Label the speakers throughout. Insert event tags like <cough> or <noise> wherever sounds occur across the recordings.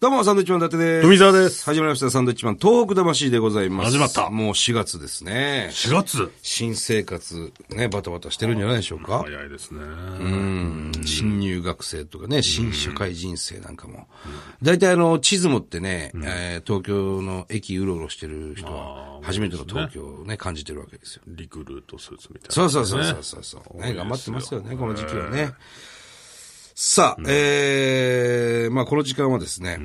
Speaker 1: どうも、サンドイッチマン伊達です。
Speaker 2: 富澤です
Speaker 1: 始まりました、サンドイッチマン、東北魂でございます。
Speaker 2: 始まった
Speaker 1: もう4月ですね。
Speaker 2: 4月
Speaker 1: 新生活、ね、バタバタしてるんじゃないでしょうか。
Speaker 2: 早いですね。
Speaker 1: 新入学生とかね、新社会人生なんかも。大体あの、地図持ってね、えー東京の駅うろうろしてる人は、初めての東京をね、感じてるわけですよ。
Speaker 2: リクルートスーツみたいな。
Speaker 1: そうそうそうそうそうそう、ね。頑張ってますよね、この時期はね。さあ、えー、まあこの時間はですね、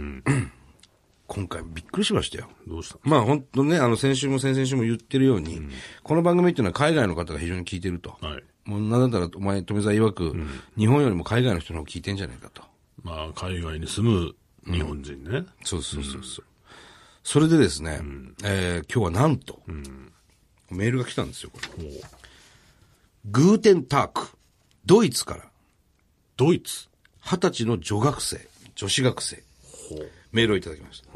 Speaker 1: <clears throat> 今回びっくりしましたよ。
Speaker 2: どうした
Speaker 1: まあ本当ね、あの先週も先々週も言ってるように、この番組っていうのは海外の方が非常に聞いてると。
Speaker 2: はい。
Speaker 1: もうなんだったらお前、富澤曰く、日本よりも海外の人の方が聞いてんじゃないかと。
Speaker 2: まあ、海外に住む日本人ね。
Speaker 1: そうそうそうそう。それでですね、えー今日はなんと、メールが来たんですよ、これ。
Speaker 2: もう
Speaker 1: グーテンターク。ドイツから、
Speaker 2: ドイツ。
Speaker 1: 二十歳の女学生、女子学生。
Speaker 2: ほう。
Speaker 1: メールをいただきました。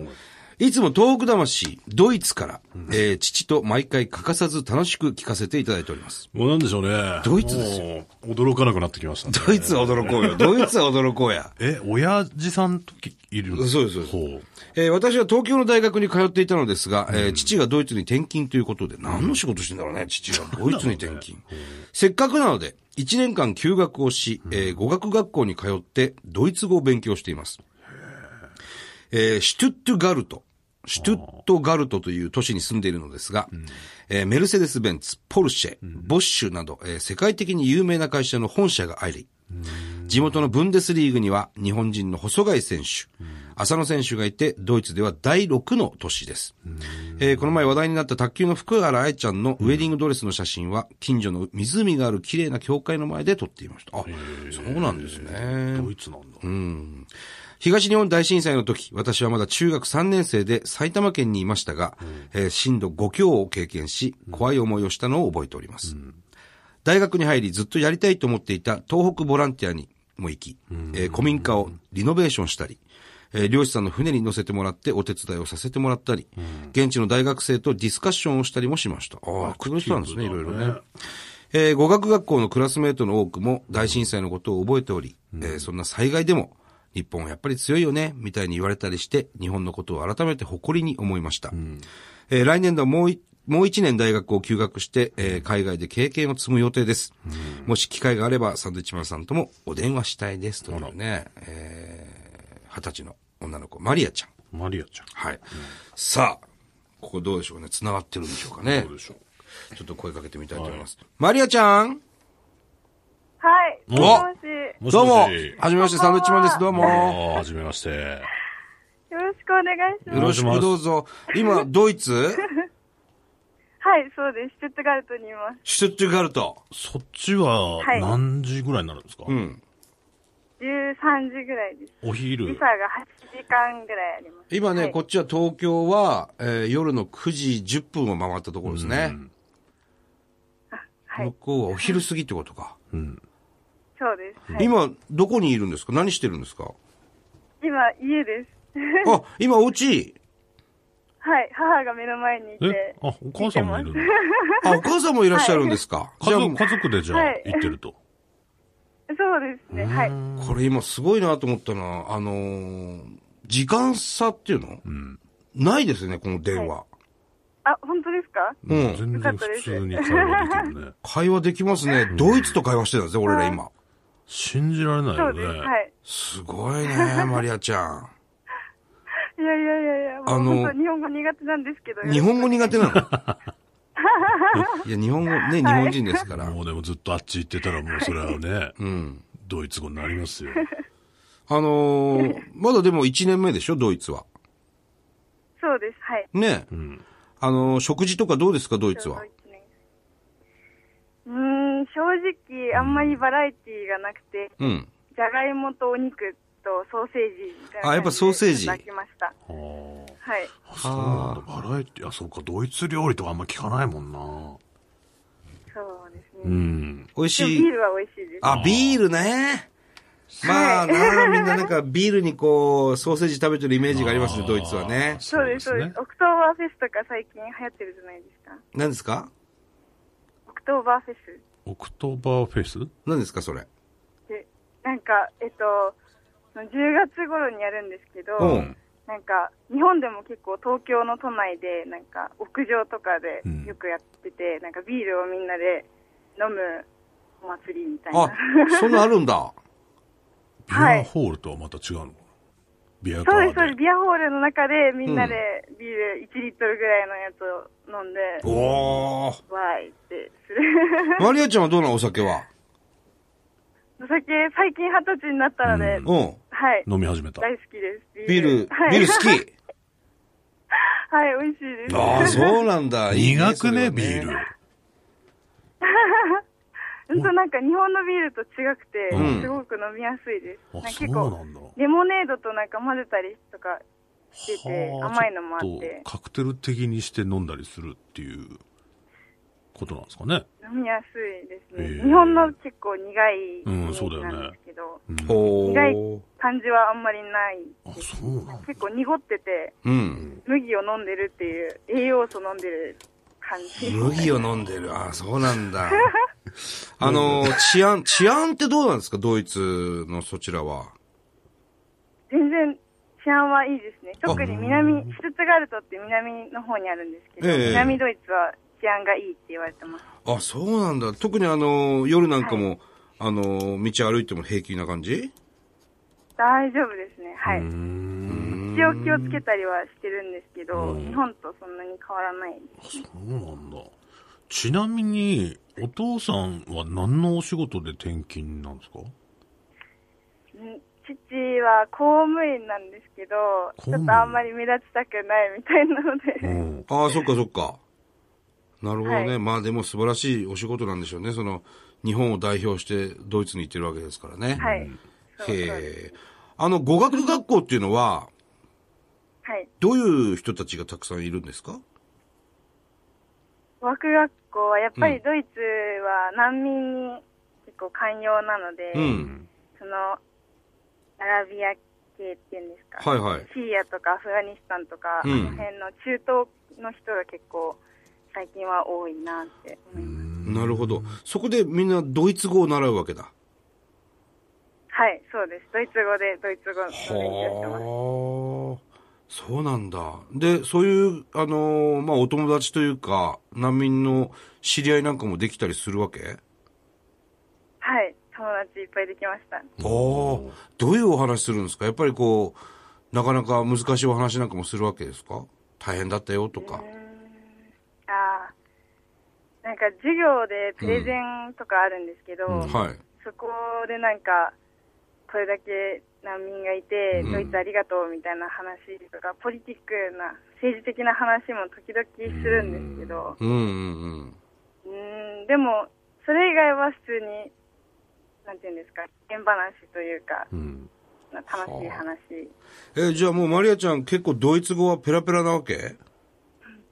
Speaker 1: いつも東北魂、ドイツから、えー父と毎回欠かさず楽しく聞かせていただいております。
Speaker 2: もうなんでしょうね。
Speaker 1: ドイツです
Speaker 2: よ。驚かなくなってきましたね。
Speaker 1: ドイツは驚こうよ。ドイツは驚こうや。
Speaker 2: え、親父さんときいる
Speaker 1: そうですそうです
Speaker 2: ほう。
Speaker 1: えー私は東京の大学に通っていたのですが、えー父がドイツに転勤ということで、何の仕事してんだろうね、父がドイツに転 <laughs> 勤。せっかくなので、1年間休学をし、えー語学学校に通って、ドイツ語を勉強しています。えーシュトゥットガルト。シュトゥットガルトという都市に住んでいるのですが、えーメルセデス・ベンツ、ポルシェ、ボッシュなど、えー世界的に有名な会社の本社があり、地元のブンデスリーグには日本人の細貝選手、浅野選手がいて、ドイツでは第6の都市です。えーこの前話題になった卓球の福原愛ちゃんのウェディングドレスの写真は、近所の湖がある綺麗な教会の前で撮っていました。あ、そうなんですね。
Speaker 2: ドイツなんだ。
Speaker 1: 東日本大震災の時、私はまだ中学3年生で埼玉県にいましたが、えー震度5強を経験し、怖い思いをしたのを覚えております。大学に入りずっとやりたいと思っていた東北ボランティアにも行き、えー古民家をリノベーションしたり、えー漁師さんの船に乗せてもらってお手伝いをさせてもらったり、現地の大学生とディスカッションをしたりもしました。ああ、工夫したんですね、いろいろね。えー語学学校のクラスメートの多くも大震災のことを覚えており、えーそんな災害でも、日本はやっぱり強いよね、みたいに言われたりして、日本のことを改めて誇りに思いました。えー来年度はもうい、もう一年大学を休学して、えー海外で経験を積む予定です。もし機会があれば、サンドイッチマンさんともお電話したいです。というね、えー二十歳の女の子、マリアちゃん。
Speaker 2: マリアちゃん。
Speaker 1: はい。さあ、ここどうでしょうね。繋がってるんでしょうかね
Speaker 2: どう。でしょう。
Speaker 1: ちょっと声かけてみたいと思います。マリアちゃん
Speaker 3: はい。
Speaker 2: お
Speaker 3: もしもし。
Speaker 2: もし
Speaker 1: どうも
Speaker 2: も
Speaker 1: は
Speaker 2: し。
Speaker 1: じめまして、サンドウィッチマンです。どう
Speaker 2: あ
Speaker 1: も。
Speaker 2: あ、はじめまして。
Speaker 3: よろしくお願いし
Speaker 1: よ
Speaker 3: ます。
Speaker 1: ろしくどうぞ。今、ドイツ
Speaker 3: はい、そうです。シュツットガルトにいます。
Speaker 1: シュトゥットガルト。
Speaker 2: そっちは
Speaker 3: はい
Speaker 2: 何時ぐらいになるんですか、
Speaker 1: うん。
Speaker 3: 13時ぐらいです。
Speaker 2: お昼
Speaker 3: 時。差が8時間ぐらいあります。
Speaker 1: 今ね、
Speaker 3: はい
Speaker 1: こっちは東京は、えー夜の9時10分を回ったところですね。
Speaker 3: はい
Speaker 1: 向こうはお昼過ぎってことか。
Speaker 2: うん。
Speaker 3: そうです。はい、
Speaker 1: 今、どこにいるんですか何してるんですか
Speaker 3: 今、家です。 <laughs>
Speaker 1: あ、今、お家
Speaker 3: はい、母が目の前にい
Speaker 2: え
Speaker 3: て、。
Speaker 2: あ、お母さんもいるの
Speaker 3: <laughs>
Speaker 1: あ、お母さんもいらっしゃるんですか、
Speaker 2: 家
Speaker 1: じゃあ
Speaker 2: 族、家族でじゃあ
Speaker 3: はい
Speaker 2: 行ってると。
Speaker 3: そうですね。はい。
Speaker 1: これ今すごいなと思ったのは、あのー時間差っていうの、ないですね、この電話。
Speaker 3: あ、本当ですか
Speaker 1: うん
Speaker 2: 全然普通に会話できるね。
Speaker 1: 会話できますね。ドイツと会話してたんですね、俺ら今。
Speaker 2: 信じられない
Speaker 3: そ
Speaker 2: よ
Speaker 3: うです。
Speaker 2: ね。
Speaker 3: はい。
Speaker 1: すごいね、マリアちゃん。
Speaker 3: いやいやいやいや、も
Speaker 1: あ
Speaker 3: う
Speaker 1: の
Speaker 3: 本当日本語苦手なんですけど。
Speaker 1: 日本語
Speaker 3: よ
Speaker 1: 苦手
Speaker 3: <laughs>
Speaker 1: なのいや、日本語、ね、日本人ですから。
Speaker 2: もうでもずっとあっち行ってたらもうそれはね、
Speaker 1: うん。
Speaker 2: ドイツ語になります
Speaker 3: <laughs>
Speaker 2: よ。
Speaker 1: あのーまだでも1年目でしょ、ドイツは。
Speaker 3: ろしくそうです。はい。
Speaker 1: ね。
Speaker 2: ん
Speaker 1: あのー食事とかどうですか、ドイツ
Speaker 3: ちょ
Speaker 1: は
Speaker 3: う。ど一年うーん、正直、あんまりバラエティーがなくて、
Speaker 1: うん。
Speaker 3: じゃがいもとお肉とソーセージみたいな感じで
Speaker 1: あやっぱソーセージ
Speaker 3: いただきました。
Speaker 2: あー
Speaker 3: はい。
Speaker 2: あそうなんだ。バラエティ、あ、そうか、ドイツ料理とかあんま聞かないもんな。
Speaker 3: そうです
Speaker 2: う
Speaker 3: ね。
Speaker 2: ん。
Speaker 1: 美味
Speaker 3: でも
Speaker 1: しい
Speaker 3: ビー。ルは美味しいです。
Speaker 1: あ、ビールね。まあ、なあみんななんかビールにこう、ソーセージ食べてるイメージがありますね、ドイツはね。
Speaker 3: そうです、そうです。オクトーバーフェスとか最近流行ってるじゃないですか。
Speaker 1: 何ですか
Speaker 3: オクトーバーフェス
Speaker 2: オクトーバーフェス
Speaker 1: 何ですか、それ。
Speaker 3: で、なんか、えっと、その10月頃にやるんですけど、
Speaker 1: うん。
Speaker 3: なんか日本でも結構東京の都内でなんか屋上とかで
Speaker 2: うん
Speaker 3: よくやってて、なんかビールをみんなで飲むお祭りみたいな
Speaker 1: あ、そんなんあるんだ。
Speaker 2: ビ
Speaker 3: はい
Speaker 2: アホールとはまた違うのビア
Speaker 3: そ
Speaker 2: ガ
Speaker 3: うです、そう
Speaker 2: ー
Speaker 3: で。。
Speaker 2: です
Speaker 3: ビアホールの中でみんなでビール1リットルぐらいのやつを飲んで、
Speaker 1: おー。
Speaker 3: わーいって
Speaker 2: <laughs>
Speaker 3: する。
Speaker 1: マリアちゃんはどうなのお酒は。
Speaker 3: お酒、最近二十歳になったので、
Speaker 2: うん
Speaker 1: うん。
Speaker 3: はい。
Speaker 2: 飲み始めた。
Speaker 3: 大好きです。
Speaker 1: ビール、
Speaker 3: <laughs> はい、
Speaker 1: ビール好き。
Speaker 3: はい、美味しいです。
Speaker 1: ああ、そうなん <laughs> だ。いい
Speaker 2: 苦くね、
Speaker 1: そ
Speaker 2: ビ
Speaker 1: れは
Speaker 2: ール。
Speaker 3: 本当なんか日本のビールと違くて、
Speaker 1: うん
Speaker 3: すごく飲みやすいです。
Speaker 2: あ、
Speaker 3: なんか
Speaker 2: そう
Speaker 3: 結
Speaker 2: な
Speaker 3: 構、
Speaker 2: んだ。
Speaker 3: レモネードとなんか混ぜたりとかしてて、
Speaker 2: はあ
Speaker 3: 甘いのもあっ
Speaker 2: ちょ
Speaker 3: て
Speaker 2: と、カクテル的にして飲んだりするっていうことなんですかね。
Speaker 3: 飲みやすいです
Speaker 2: へ
Speaker 3: ね。
Speaker 2: え
Speaker 3: 日本の結構苦いイ
Speaker 2: うん
Speaker 3: メージ
Speaker 2: そうだよね
Speaker 3: なんですけど、
Speaker 2: うん
Speaker 1: ほ
Speaker 3: 苦い
Speaker 1: ー。
Speaker 3: 感じはあんまりない
Speaker 2: あ、
Speaker 3: です。
Speaker 2: そうなんだ。
Speaker 3: 結構濁ってて、
Speaker 1: うん。
Speaker 3: 麦を飲んでるっていう、栄養素飲んでる感じ。
Speaker 1: 麦を飲んでる。ああ、そうなん
Speaker 3: <laughs>
Speaker 1: だ。あの、治安、治安ってどうなんですかドイツのそちらは。
Speaker 3: 全然治安はいいですね。特に南、シュツットガルトって南の方にあるんですけど、
Speaker 1: ええ
Speaker 3: 南ドイツは治安がいいって言われてます。
Speaker 1: あ、そうなんだ。特にあの、夜なんかも、あの、道歩いても平気な感じ
Speaker 3: 大丈夫ですね。はい。
Speaker 2: うん。
Speaker 3: 一応気をつけたりはしてるんですけど、
Speaker 2: うん
Speaker 3: 日本とそんなに変わらない。
Speaker 2: そうなんだ。ちなみに、お父さんは何のお仕事で転勤なんですか
Speaker 3: ん父は公務員なんですけど、
Speaker 2: 公
Speaker 3: ち
Speaker 2: 務
Speaker 3: ょ
Speaker 2: 員
Speaker 3: っとあんまり目立ちたくないみたいなの
Speaker 2: う
Speaker 3: で、
Speaker 2: ん。
Speaker 1: ああ、そっかそっか。なるほどね。
Speaker 3: はい
Speaker 1: まあでも素晴らしいお仕事なんでしょうね。その、日本を代表してドイツに行ってるわけですからね。
Speaker 3: はい。そうそうです
Speaker 1: へえ。あの、語学学校っていうのは、
Speaker 3: はい。
Speaker 1: どういう人たちがたくさんいるんですか
Speaker 3: 語学学校はやっぱりドイツは難民に結構寛容なので、
Speaker 1: うん。
Speaker 3: そのアラビア系っていうんですか、
Speaker 1: はいはい。
Speaker 3: シリアとかアフガニスタンとか、
Speaker 1: うん
Speaker 3: あの辺の中東の人が結構最近は多いなって思います、
Speaker 1: なるほど。そこでみんなドイツ語を習うわけだ。
Speaker 3: はいそうですドイツ語でドイツ語の勉強してま
Speaker 1: は
Speaker 3: す
Speaker 1: あ。そうなんだ。で、そういう、あのーまあ、お友達というか、難民の知り合いなんかもできたりするわけ
Speaker 3: はい友達いっぱいできました
Speaker 1: ああ。どういうお話するんですかやっぱりこう、なかなか難しいお話なんかもするわけですか大変だったよとか
Speaker 3: うー。んああなんか授業でプレゼンとかあるんですけど、
Speaker 2: うん
Speaker 1: はい。
Speaker 3: そこでなんか、これだけ難民がいて、
Speaker 1: うん
Speaker 3: ドイツありがとうみたいな話とか、ポリティックな、政治的な話も時々するんですけど、
Speaker 1: うんうんうん。
Speaker 3: うーん、でも、それ以外は普通に、なんていうんですか、現話というか、
Speaker 2: うん。
Speaker 3: 楽しい話。
Speaker 1: え、じゃあもうマリアちゃん結構ドイツ語はペラペラなわけ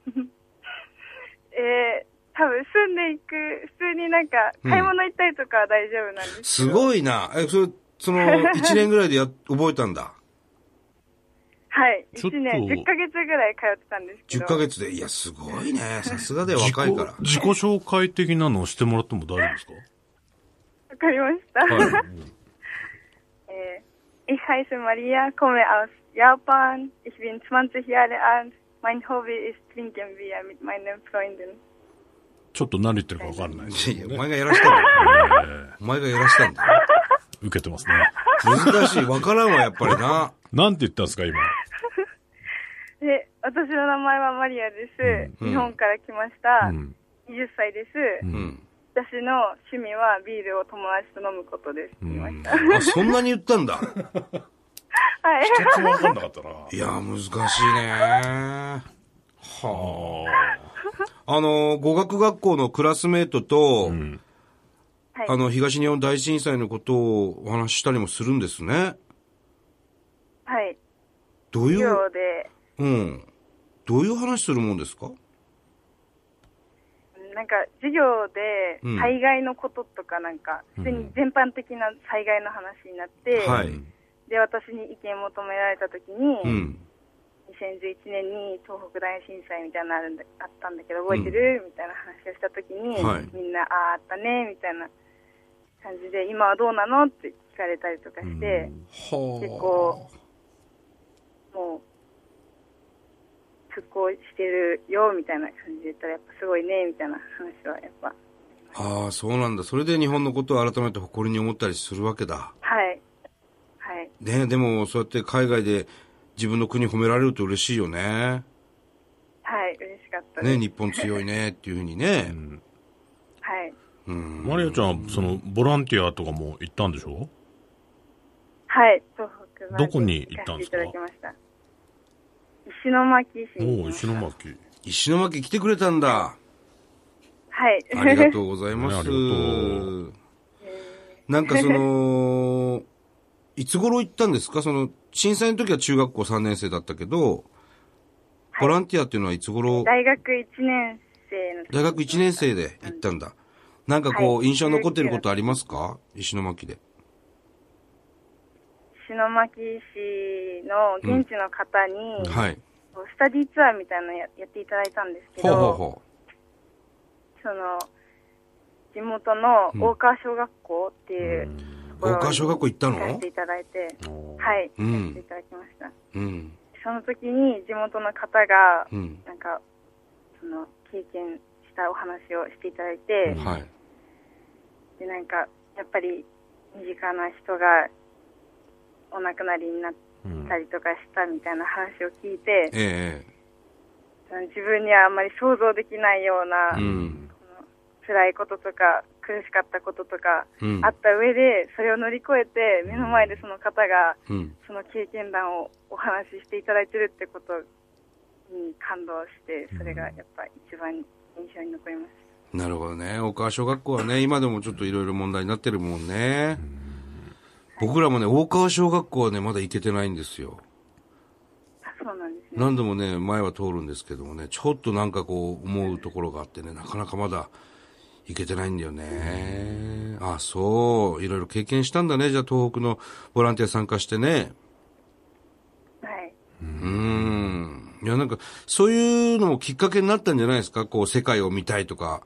Speaker 3: えー、多分住んでいく、普通になんか、
Speaker 1: うん
Speaker 3: 買い物行ったりとかは大丈夫なんです
Speaker 1: す
Speaker 3: けど、
Speaker 1: ごいな。え、それ、その、1年ぐ <laughs> らいでや、覚えたん <laughs> だ。
Speaker 3: はい、
Speaker 2: ちょっ
Speaker 3: 1
Speaker 2: と
Speaker 3: 年10ヶ月ぐらい通ってたんですけ
Speaker 1: 10
Speaker 3: ど、
Speaker 1: ヶ月で、いや、すごいね。さすがだよ、
Speaker 2: 自己
Speaker 1: 若いから。
Speaker 2: 自己紹介的なのをしてもらっても大丈夫ですか
Speaker 3: わかりました。
Speaker 1: はい
Speaker 3: Äh, Ich heiße Maria, komme aus Japan. Ich bin 20 Jahre alt. Mein Hobby ist Trinken Bier mit meinen Freunden.
Speaker 2: ちょっと何言ってるかわかんないですけ
Speaker 1: いや
Speaker 2: ど
Speaker 1: お
Speaker 2: ね。
Speaker 1: 前がやらしたんだよ。お前がやらしたんだよ。
Speaker 2: 受けてますね。
Speaker 1: 難しい。わからんわ、やっぱりな。
Speaker 2: なんて言ったんですか、今。
Speaker 3: で私の名前はマリアです。
Speaker 1: うん
Speaker 3: 日本から来ました。
Speaker 2: うん。
Speaker 3: 20歳です、
Speaker 2: ん
Speaker 1: うん。
Speaker 3: 私の趣味はビールを友達と飲むことです。
Speaker 2: うん。
Speaker 3: 言いまし
Speaker 1: <laughs>
Speaker 2: 一
Speaker 3: た
Speaker 1: あ、そんなに言ったんだ。
Speaker 3: はい。
Speaker 2: つもわかんなかったな。
Speaker 1: いや、難しいね。はあ。あの、語学学校のクラスメートと、
Speaker 2: うん。
Speaker 3: はい
Speaker 1: あの、東日本大震災のことをお話ししたりもするんですね。
Speaker 3: はい。
Speaker 1: どうい
Speaker 3: 授
Speaker 1: う、
Speaker 3: 業で、
Speaker 1: うん。どういう話するもんですか
Speaker 3: なんか授業で
Speaker 1: うん
Speaker 3: 災害のこととかなんか、普通に全般的な災害の話になって、
Speaker 1: はい
Speaker 3: で、私に意見を求められたときに、
Speaker 1: うん。
Speaker 3: 2011年に東北大震災みたいなのあるんだあったんだけど覚えてる、みたいな話をした時に、
Speaker 1: はい
Speaker 3: みんなあああったねみたいな感じで今はどうなのって聞かれたりとかして、
Speaker 1: はあ。
Speaker 3: 結構もう復興してるよみたいな感じで言ったらやっぱすごいねみたいな話はやっぱ
Speaker 1: ああ、そうなんだ。それで日本のことを改めて誇りに思ったりするわけだ。
Speaker 3: はいはい
Speaker 1: ねでもそうやって海外で自分の国褒められると嬉しいよね。
Speaker 3: はい嬉しかったです、
Speaker 1: ね日本強いねっていうふうにね。
Speaker 3: はい
Speaker 1: うん。
Speaker 2: マリアちゃん、その、ボランティアとかも行ったんでしょ
Speaker 3: はい東北まで
Speaker 2: どこに行ったんですか
Speaker 3: 行かせていただきました石巻市に
Speaker 2: おお、石巻。
Speaker 1: 石巻来てくれたんだ。
Speaker 3: はい
Speaker 1: ありがとうございま
Speaker 2: ねあ
Speaker 1: す。
Speaker 2: りが
Speaker 1: なんかその、 <laughs> いつ頃行ったんですかその、震災の時は中学校3年生だったけど、ボランティアっていうのはいつ頃、
Speaker 3: <laughs> 大学1年生の時
Speaker 1: 大学1年生で行ったんだ。なんかこ
Speaker 3: は
Speaker 1: う、
Speaker 3: い
Speaker 1: 印象に残ってることありますか石巻で。
Speaker 3: 石巻市の現地の方に、
Speaker 1: はい。
Speaker 3: スタディツアーみたいなのややっていただいたんですけ
Speaker 1: ほう
Speaker 3: ど、
Speaker 1: ほうほ
Speaker 3: その地元の大川小学校っていううんと
Speaker 1: う。
Speaker 3: ころに
Speaker 1: 大川小学校行った
Speaker 3: 行かせ
Speaker 1: の
Speaker 3: ていただいて、
Speaker 2: おー
Speaker 3: はい、
Speaker 1: うん
Speaker 3: 行かせていただきました。
Speaker 1: うん。
Speaker 3: その時に地元の方が、
Speaker 1: うん。
Speaker 3: なんか、その経験したお話をしていただいて、
Speaker 1: はい。
Speaker 3: で、なんか、やっぱり身近な人がお亡くなりになっ
Speaker 2: うん
Speaker 3: たりとかしたみたいな話を聞いて、
Speaker 1: え
Speaker 3: その自分にはあんまり想像できないよ
Speaker 1: え
Speaker 3: うな、
Speaker 1: うん。
Speaker 3: 辛いこととか苦しかったこととか
Speaker 1: うん
Speaker 3: あ。った上で、それを乗り越えて目の前でその方が
Speaker 1: うん。
Speaker 3: その経験談をお話ししていただいてるってことに感動してそれがやっぱ一番印象に残りまし
Speaker 1: なるほどね。大川小学校はね、今でもちょっといろいろ問題になってるもんね。僕らもね、大川小学校はね、まだ行けてないんですよ。
Speaker 3: たあそうなんですね
Speaker 1: 何度もね、前は通るんですけどもね、ちょっとなんかこう思うところがあってね、なかなかまだ行けてないんだよね。あ、そう。いろいろ経験したんだね。じゃあ東北のボランティア参加してね。
Speaker 3: はい、
Speaker 1: うん。いや、なんか、そういうのもきっかけになったんじゃないですかこう、世界を見たいとか。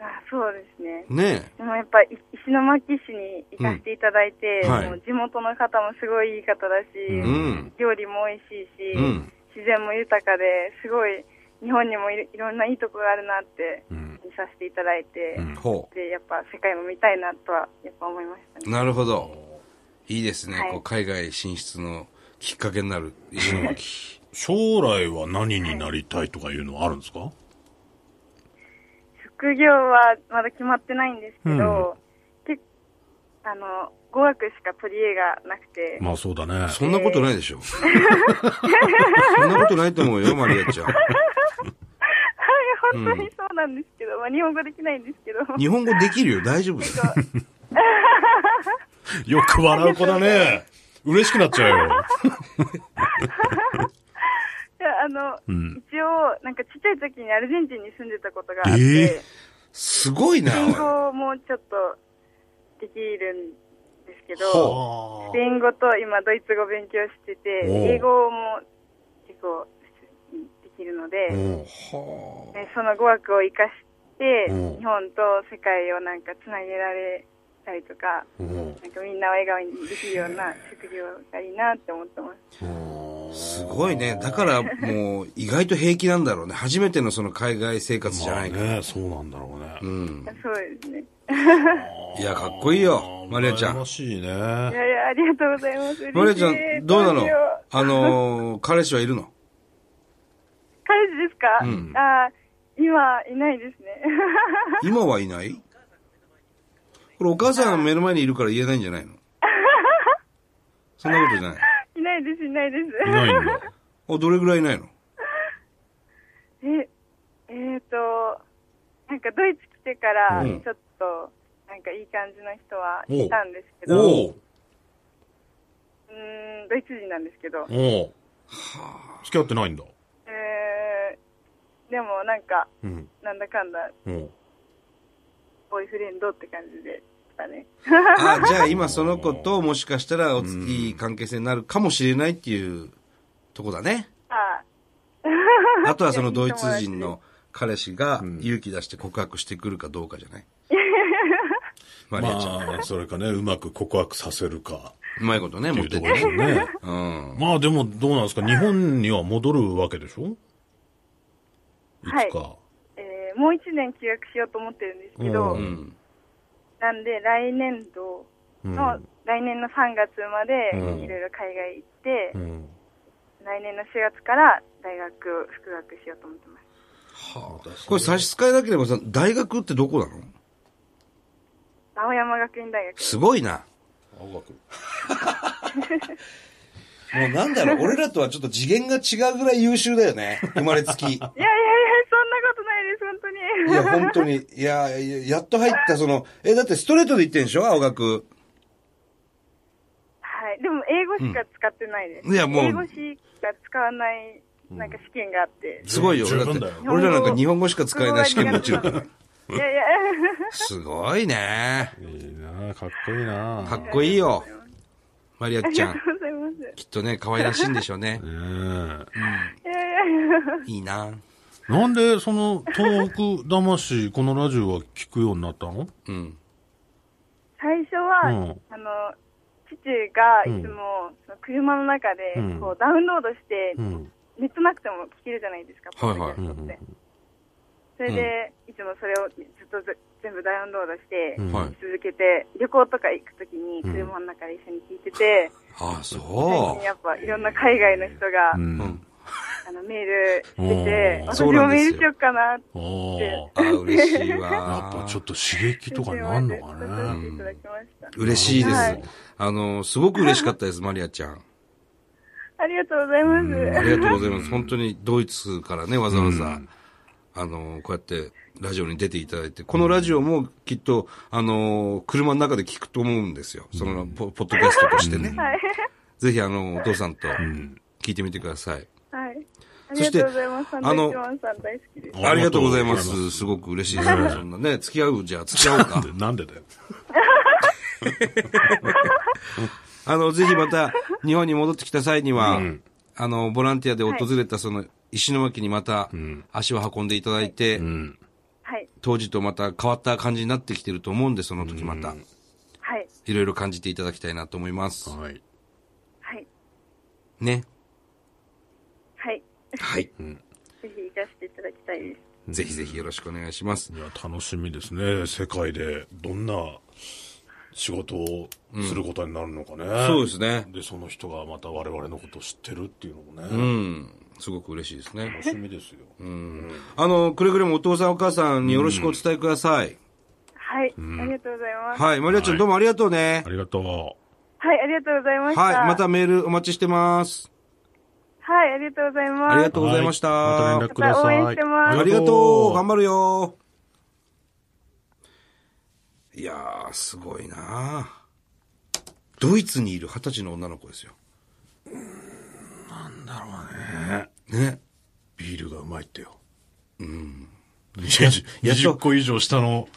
Speaker 3: あそうですね
Speaker 1: ね
Speaker 3: でもやっぱい石巻市に行かせていただいて、
Speaker 1: うんはい
Speaker 3: もう地元の方もすごいいい方だし、
Speaker 1: え。うん。
Speaker 3: 料理も美味しいし、
Speaker 1: うん
Speaker 3: 自然も豊かですごい日本にもいろいろんないいとこがあるなって
Speaker 2: うん
Speaker 3: 見させていただいて、
Speaker 2: うん
Speaker 1: ほ
Speaker 3: でやっぱ世界も見たいなとはやっぱ思いました
Speaker 1: う。
Speaker 3: ね。
Speaker 1: なるほど。いいですね。
Speaker 3: はい
Speaker 1: こう、海外進出のきっかけになる石巻。
Speaker 2: 将来は何になりたいとかいうのはあるんですか
Speaker 3: 副業はまだ決まってないんですけど、結あの語学しか取り柄がなくて、
Speaker 2: まあそうだね。
Speaker 1: そんなことないでしょ。そんなことないと思うよ、マリアちゃん。
Speaker 3: はい本当にそうなんですけど、まあ日本語できないんですけど、
Speaker 1: 日本語できるよ、大丈夫です。
Speaker 2: よく笑う子だね。嬉しくなっちゃうよ。
Speaker 3: であの、
Speaker 2: うん。
Speaker 3: 一応なんかちっちゃい時にアルゼンチンに住んでたことがあって、
Speaker 2: え
Speaker 1: すごいな、
Speaker 3: スペイン
Speaker 1: お
Speaker 3: 語もちょっとできるんですけ
Speaker 1: ほう
Speaker 2: あ
Speaker 3: ど。スペイン語と今ドイツ語勉強してて、
Speaker 2: おう
Speaker 3: 英語も結構できるの
Speaker 2: ー
Speaker 3: で、
Speaker 2: うん
Speaker 1: は
Speaker 3: でその語学を活かして、
Speaker 2: うん
Speaker 3: 日本と世界をなんかつなげられたりとか、
Speaker 2: うん
Speaker 3: なんかみんなを笑顔にできるような職業がいいなって思ってます。
Speaker 1: あすごいね。だからもう意外と平気なんだろうね。初めてのその海外生活じゃ
Speaker 2: まあ
Speaker 1: ないから。
Speaker 2: ね、そうなんだろうね。
Speaker 1: うん。
Speaker 3: そうですね。
Speaker 1: いや、かっこいいよ、マリアちゃ
Speaker 2: 羨ま
Speaker 1: ん。
Speaker 2: しい
Speaker 3: い
Speaker 2: ね。
Speaker 3: やいや、ありがとうございます。
Speaker 1: マリアちゃ
Speaker 3: 嬉しい
Speaker 1: ん、どうな
Speaker 3: ど
Speaker 1: の
Speaker 3: しよう
Speaker 1: あのー、彼氏はいるの
Speaker 3: 彼氏ですか、
Speaker 1: うん
Speaker 3: あー今、いないですね。 <laughs>
Speaker 1: 今はいないこれお母さんが目の前にいるから言えないんじゃないのそんなことじゃない。
Speaker 3: いないです、いないです。
Speaker 2: いないんだ。
Speaker 1: あ、どれぐらいいないの
Speaker 3: え、えーと、なんかドイツ来てから、
Speaker 1: う
Speaker 3: ち
Speaker 1: ん
Speaker 3: ょっと、なんかいい感じの人はいたんですけど、
Speaker 2: お
Speaker 1: お
Speaker 2: う
Speaker 1: う
Speaker 3: うーん、ドイツ人なんですけど、
Speaker 2: おう付き合ってないんだ。
Speaker 3: えー、でもなんか、
Speaker 2: うん。
Speaker 3: なんだかんだ、
Speaker 2: おう
Speaker 3: ボーイフレンドって感じでしたね。
Speaker 1: あ、じゃあ今その子ともしかしたらおついい関係性になるかもしれないっていうとこだね。
Speaker 3: あ
Speaker 1: あとはそのドイツ人の彼氏が勇気出して告白してくるかどうかじゃない。マ
Speaker 2: ま
Speaker 1: リアちゃん。
Speaker 2: あ、それかね、うまく告白させるか。
Speaker 1: うまいことね、持ってて
Speaker 2: い
Speaker 1: っ
Speaker 2: う
Speaker 1: て
Speaker 2: ところです
Speaker 1: ね。
Speaker 2: よね。
Speaker 1: うん。
Speaker 2: まあでもどうなんですか、日本には戻るわけでしょい
Speaker 3: はい
Speaker 2: つか。
Speaker 3: えーもう1年休学しようと思ってるんですけど、
Speaker 2: う
Speaker 1: うん。
Speaker 3: なんで来年度の、
Speaker 2: うん
Speaker 3: 来年の3月ま
Speaker 2: うん
Speaker 3: でいろいろ海外行って、
Speaker 2: うん。
Speaker 3: 来年の4月から大学を復学しようと思ってます。
Speaker 1: はあ、これ差し支えなければさ、大学ってどこなの
Speaker 3: 青山学院大
Speaker 1: <laughs>
Speaker 3: 学。
Speaker 1: すごいな。
Speaker 2: 青学。
Speaker 1: もうなんだろう、
Speaker 2: <laughs>
Speaker 1: 俺らとはちょっと次元が違うぐらい優秀だよね。生まれつき。い
Speaker 3: いやいやいや、そんなことないです、本当に。
Speaker 1: や、
Speaker 3: <laughs>
Speaker 1: 本当に。いや、いややっと入った、その、え、だってストレートで言ってんでしょ青学。
Speaker 3: はい。でも、英語しか使ってないです。
Speaker 1: うんいやもう
Speaker 3: 英語しか使わない、なんか試験があって。
Speaker 1: すごいよ。
Speaker 2: 十
Speaker 1: だっ
Speaker 2: 分
Speaker 1: て
Speaker 2: だよ、
Speaker 1: 俺らなんか日本語しか使えない試験も落ちるから。
Speaker 3: いやいや、
Speaker 1: すごいね。
Speaker 2: いいなあかっこいいなあ
Speaker 1: かっこいいよ。マリア
Speaker 3: あり
Speaker 1: ちゃ
Speaker 3: <laughs> が
Speaker 1: ん
Speaker 2: <laughs>
Speaker 3: と。うございます。
Speaker 1: きっとね、可愛らしいんでしょうね。
Speaker 2: ね
Speaker 3: いやいやいや。
Speaker 1: いいな。
Speaker 2: えなんで、その、東北魂、このラジオは聞くようになったの
Speaker 1: うん。
Speaker 3: 最初は、
Speaker 2: うん
Speaker 3: あの、父が
Speaker 2: うん
Speaker 3: いつも、その車の中で
Speaker 2: うん、
Speaker 3: こう、ダウンロードして、
Speaker 2: うん。
Speaker 3: ネットなくても聞けるじゃないですか、
Speaker 1: はいはい
Speaker 3: ポッドキャストって
Speaker 2: う
Speaker 3: それで、いつもそれをずっとず全部ダウンロードして、
Speaker 2: うん
Speaker 1: はい
Speaker 3: 続けて、旅行とか行くときに、車の中で一緒に聞いてて、
Speaker 1: ああ、
Speaker 3: 最
Speaker 1: そ
Speaker 3: 近やっぱいろんな海外の人が、
Speaker 2: うん。
Speaker 1: う。う
Speaker 2: あ
Speaker 1: ん。
Speaker 3: あのメールしてて、
Speaker 2: うん
Speaker 3: 私
Speaker 1: そうな
Speaker 3: も
Speaker 1: んで
Speaker 3: メ
Speaker 1: すよ
Speaker 3: ールしようかなって、
Speaker 2: あ。
Speaker 1: ああ、嬉しいわ。
Speaker 2: やっぱちょっと刺激とかになんのか
Speaker 3: ちょっと教
Speaker 2: ね。
Speaker 3: えていただきました。
Speaker 1: 嬉しいです。
Speaker 3: はい
Speaker 1: あの、すごく嬉しかったです、マリアちゃん。
Speaker 3: ありがとうございます。
Speaker 1: ありがとうございます。本当にドイツからね、わざわざ、あの、こうやってラジオに出ていただいて、このラジオもきっと、あの、車の中で聞くと思うんですよ。その、ポポッドキャストとしてね。
Speaker 3: はい。
Speaker 1: ぜひ、あの、お父さんと
Speaker 2: ん
Speaker 1: 聞いてみてください。
Speaker 3: はい。あ
Speaker 1: そ
Speaker 3: り
Speaker 1: し
Speaker 3: が
Speaker 1: て
Speaker 3: とうございます。サンドウィッチマンさん大好きです。
Speaker 1: ありがとうございま
Speaker 2: ありがとうござ
Speaker 1: す。
Speaker 2: い
Speaker 1: すごく嬉しいですね。そんな <laughs> ね、付き合うじゃあ付き合おうか。
Speaker 2: なんでだよ。
Speaker 1: あの、ぜひまた、日本に戻ってきた際には、
Speaker 2: うん
Speaker 1: あの、ボランティアで訪れたその、石巻にまた
Speaker 2: ん、
Speaker 1: 足を運んでいただいて、
Speaker 2: うん。
Speaker 3: はい。
Speaker 1: 当時とまた変わった感じになってきてると思うんで、その時また、
Speaker 3: はい。
Speaker 1: いろいろ感じていただきたいなと思います。
Speaker 2: はい。
Speaker 3: はい。
Speaker 1: ね。
Speaker 3: はい。
Speaker 1: はい。
Speaker 3: ぜひ行かせていただきたいです。
Speaker 1: ぜひぜひよろしくお願いします。
Speaker 2: いや、楽しみですね。世界でどんな仕事をすることになるのかね。
Speaker 1: そうですね。
Speaker 2: で、その人がまた我々のことを知ってるっていうのもね、
Speaker 1: うん。すごく嬉しいですね。
Speaker 2: 楽しみですよ。
Speaker 1: あの、くれぐれもお父さんお母さんによろしくお伝えください。
Speaker 3: はい。ありがとうございます。
Speaker 1: はい。マリアちゃんどうもありがとうね
Speaker 2: あ。りがと
Speaker 3: はい。ありがとうございました。
Speaker 1: はい。ま。たメールお待ちしてます。
Speaker 3: はい。ありがとうございます。
Speaker 1: ありが
Speaker 2: う。
Speaker 1: とうございました。
Speaker 2: はいまた連絡ください。
Speaker 3: また応援してます
Speaker 1: ありがとう頑張るよいやー、すごいなドイツにいる二十歳の女の子ですよ。なんだろうね。ね。
Speaker 2: ビールがうまいってよ。うん。20個以上下の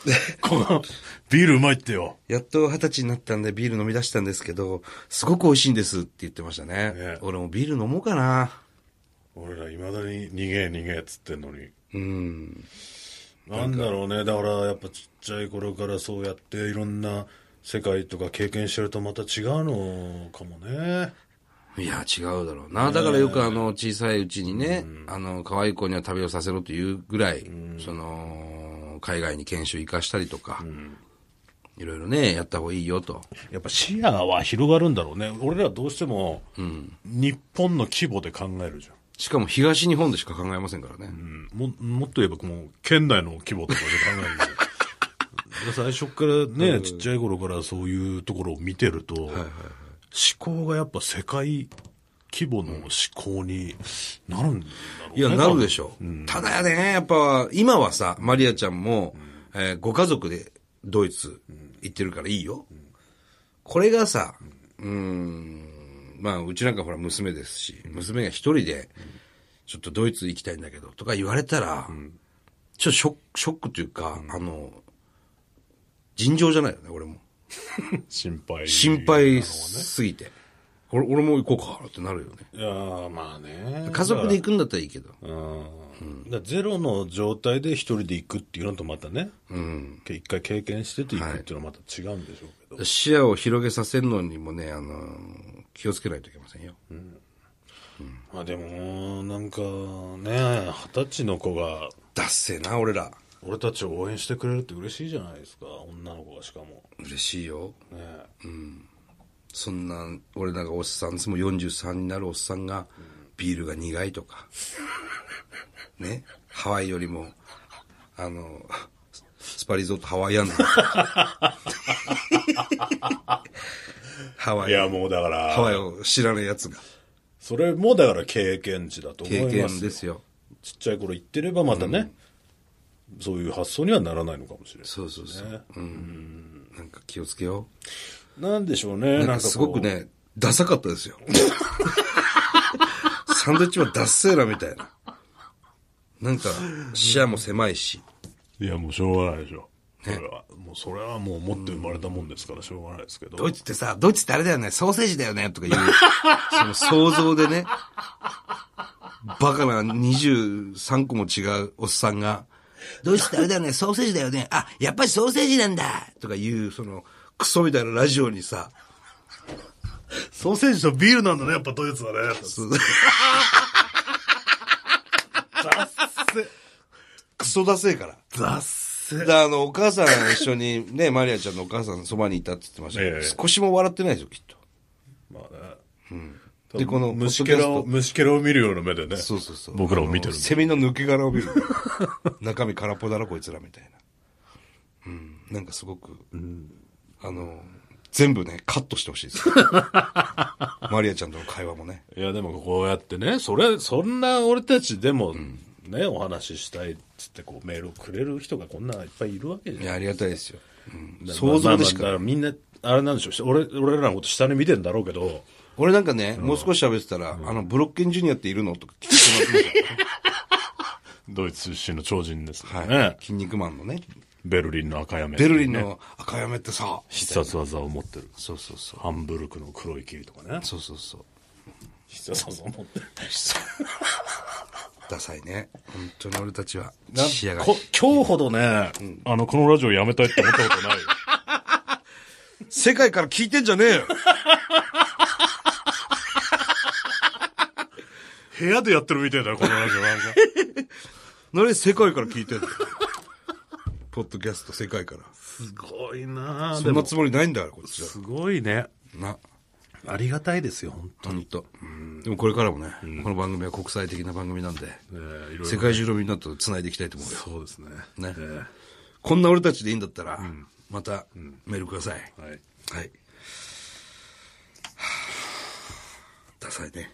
Speaker 2: 子
Speaker 1: <laughs>
Speaker 2: が、ビールうまいってよ。
Speaker 1: やっと二十歳になったんでビール飲み出したんですけど、すごく美味しいんですって言ってましたね。
Speaker 2: ね
Speaker 1: 俺もビール飲もうかな。
Speaker 2: 俺ら未だに逃げ逃げっつってんのに。
Speaker 1: うん。
Speaker 2: なんだろうね。だからやっぱちっちゃい頃からそうやっていろんな世界とか経験してるとまた違うのかもね。
Speaker 1: いや、違うだろうな。だからよくあの、小さいうちにね、あの、可愛い子には旅をさせろというぐらい、その、海外に研修行かしたりとか、いろいろね、やった方がいいよと。
Speaker 2: やっぱ視野は広がるんだろうね。俺らどうしても、日本の規模で考えるじゃん。
Speaker 1: しかも東日本でしか考えませんからね。
Speaker 2: ももっと言えばもう県内の規模とかで考えるん <laughs> ですよで最初からね、ちっちゃい頃からそういうところを見てると、思考がやっぱ世界規模の思考になるんだろうね。
Speaker 1: いや、なるでし
Speaker 2: ょ。
Speaker 1: ょう。ただやね、やっぱ、今はさ、マリアちゃんも、えーご家族でドイツ行ってるからいいよ。これがさ、うーん、まあ、うちなんかほら娘ですし、娘が一人で、ちょっとドイツ行きたいんだけど、とか言われたら、ちょっとショック、ショックというか、あの、尋常じゃないよね、俺も。
Speaker 2: 心配。
Speaker 1: 心配すぎて。俺俺も行こうか、ってなるよね。
Speaker 2: いやーまあね。
Speaker 1: 家族で行くんだったらいいけど。
Speaker 2: うん。だからゼロの状態で一人で行くっていうのとまたね、け一回経験してて行くっていうのはまた違うんでしょうけど、
Speaker 1: 視野を広げさせるのにもね、あのー気をつけないといけませんよ。
Speaker 2: まあでも、なんかね、二十歳の子が、
Speaker 1: だっせえな、俺ら。
Speaker 2: 俺たちを応援してくれるって嬉しいじゃないですか、女の子がしかも。
Speaker 1: 嬉しいよ。
Speaker 2: ね、
Speaker 1: そんな、俺なんかおっさん、いつも43になるおっさんが、ビールが苦いとか、ね、ハワイよりも、あの、スパリゾートハワイアンズハワ
Speaker 2: い
Speaker 1: イ、
Speaker 2: や
Speaker 1: ハ
Speaker 2: もうだから、
Speaker 1: ワイを知らないやつが、
Speaker 2: それもだから経験値だと思い
Speaker 1: 経
Speaker 2: ます
Speaker 1: 験ですよ。
Speaker 2: ちっちゃい頃行ってればまたね、そういう発想にはならないのかもしれない。
Speaker 1: そうそうそう。
Speaker 2: ね
Speaker 1: なんか気をつけよ
Speaker 2: なんでしょう
Speaker 1: う。
Speaker 2: ね、
Speaker 1: なん
Speaker 2: なん
Speaker 1: か
Speaker 2: か
Speaker 1: すごく
Speaker 2: こ
Speaker 1: ね、ダサかったですよ。 <laughs> サンドイッチはダッセーラみたいな。なんか、視野も狭いし。
Speaker 2: う。いやもうしょうがないでしょ。それは、もうそれはもう持って生まれたもんですからしょうがないですけど。
Speaker 1: ドイツってさ、ドイツってあれだよね、ソーセージだよね、とか言う。その想像でね、バカな23個も違うおっさんが、ドイツってあれだよね、ソーセージだよね、あ、やっぱりソーセージなんだとか言う、その、クソみたいなラジオにさ、
Speaker 2: ソーセージとビールなんだね、やっぱドイツだね。
Speaker 1: そうクソだせえから。
Speaker 2: 雑誌。
Speaker 1: だからあの、お母さん一緒に、ね、マリアちゃんのお母さんそばにいたって言ってましたけど、
Speaker 2: ええ
Speaker 1: 少しも笑ってないですよ、きっと。
Speaker 2: まあね。
Speaker 1: でこの
Speaker 2: 虫けらを、
Speaker 1: ポッドキ
Speaker 2: 虫けらを見るような目でね。
Speaker 1: そうそうそう。
Speaker 2: 僕らを見てる
Speaker 1: あのセミの抜け殻を見る。中身空っぽだろ、こいつらみたいな。うん。なんかすごく、あの、全部ね、カットしてほしい
Speaker 2: <laughs>
Speaker 1: です。マリアちゃんとの会話もね。
Speaker 2: いや、でもこうやってね、それ、そんな俺たちでも、ね、お話ししたいっつって、こう、メールをくれる人がこんないっぱいいるわけじゃん
Speaker 1: い。や、ありがたいですよ。うん
Speaker 2: だから
Speaker 1: 想像でし
Speaker 2: ま
Speaker 1: か。
Speaker 2: あまあだからみんな、あれなんでしょうし、俺、俺らのこと下に見てんだろうけど、
Speaker 1: 俺なんかね、もう少し喋ってたら、あの、ブロッケンジュニアっているのとか聞いてますね。
Speaker 2: ドイツ出身の超人ですから <laughs> ね。
Speaker 1: はい。筋肉マンのね。
Speaker 2: ベルリンの赤やめ、
Speaker 1: ベルリン。の赤やめってさ、
Speaker 2: 必殺技を持ってる。
Speaker 1: そうそうそう。
Speaker 2: ハンブルクの黒い霧とかね。
Speaker 1: そうそうそう。
Speaker 2: 必殺技を持ってる。
Speaker 1: ダサいね。本当に俺たちは、
Speaker 2: な
Speaker 1: 視野が
Speaker 2: こ今日ほどね、あの、このラジオやめたいって思ったことないよ。
Speaker 1: 世界から聞いてんじゃねえよ
Speaker 2: <laughs> 部屋でやってるみたいだよ、このラジオ <laughs> なんか。
Speaker 1: 何世界から聞いてんのポッドキャスト世界から。
Speaker 2: すごいなあ
Speaker 1: そんなつもりないんだから、こっちは。
Speaker 2: すごいね。
Speaker 1: な、
Speaker 2: ありがたいですよ、本
Speaker 1: ほんと。でもこれからもね、この番組は国際的な番組なんで、
Speaker 2: 当に。ええいろい
Speaker 1: 世
Speaker 2: ろ。
Speaker 1: 界中のみんなと繋いでいきたいと思うよ。
Speaker 2: そうですね。
Speaker 1: ね
Speaker 2: え
Speaker 1: こんな俺たちでいいんだったら、またメールください。
Speaker 2: えはい。
Speaker 1: <sighs> はい。はあダサいね。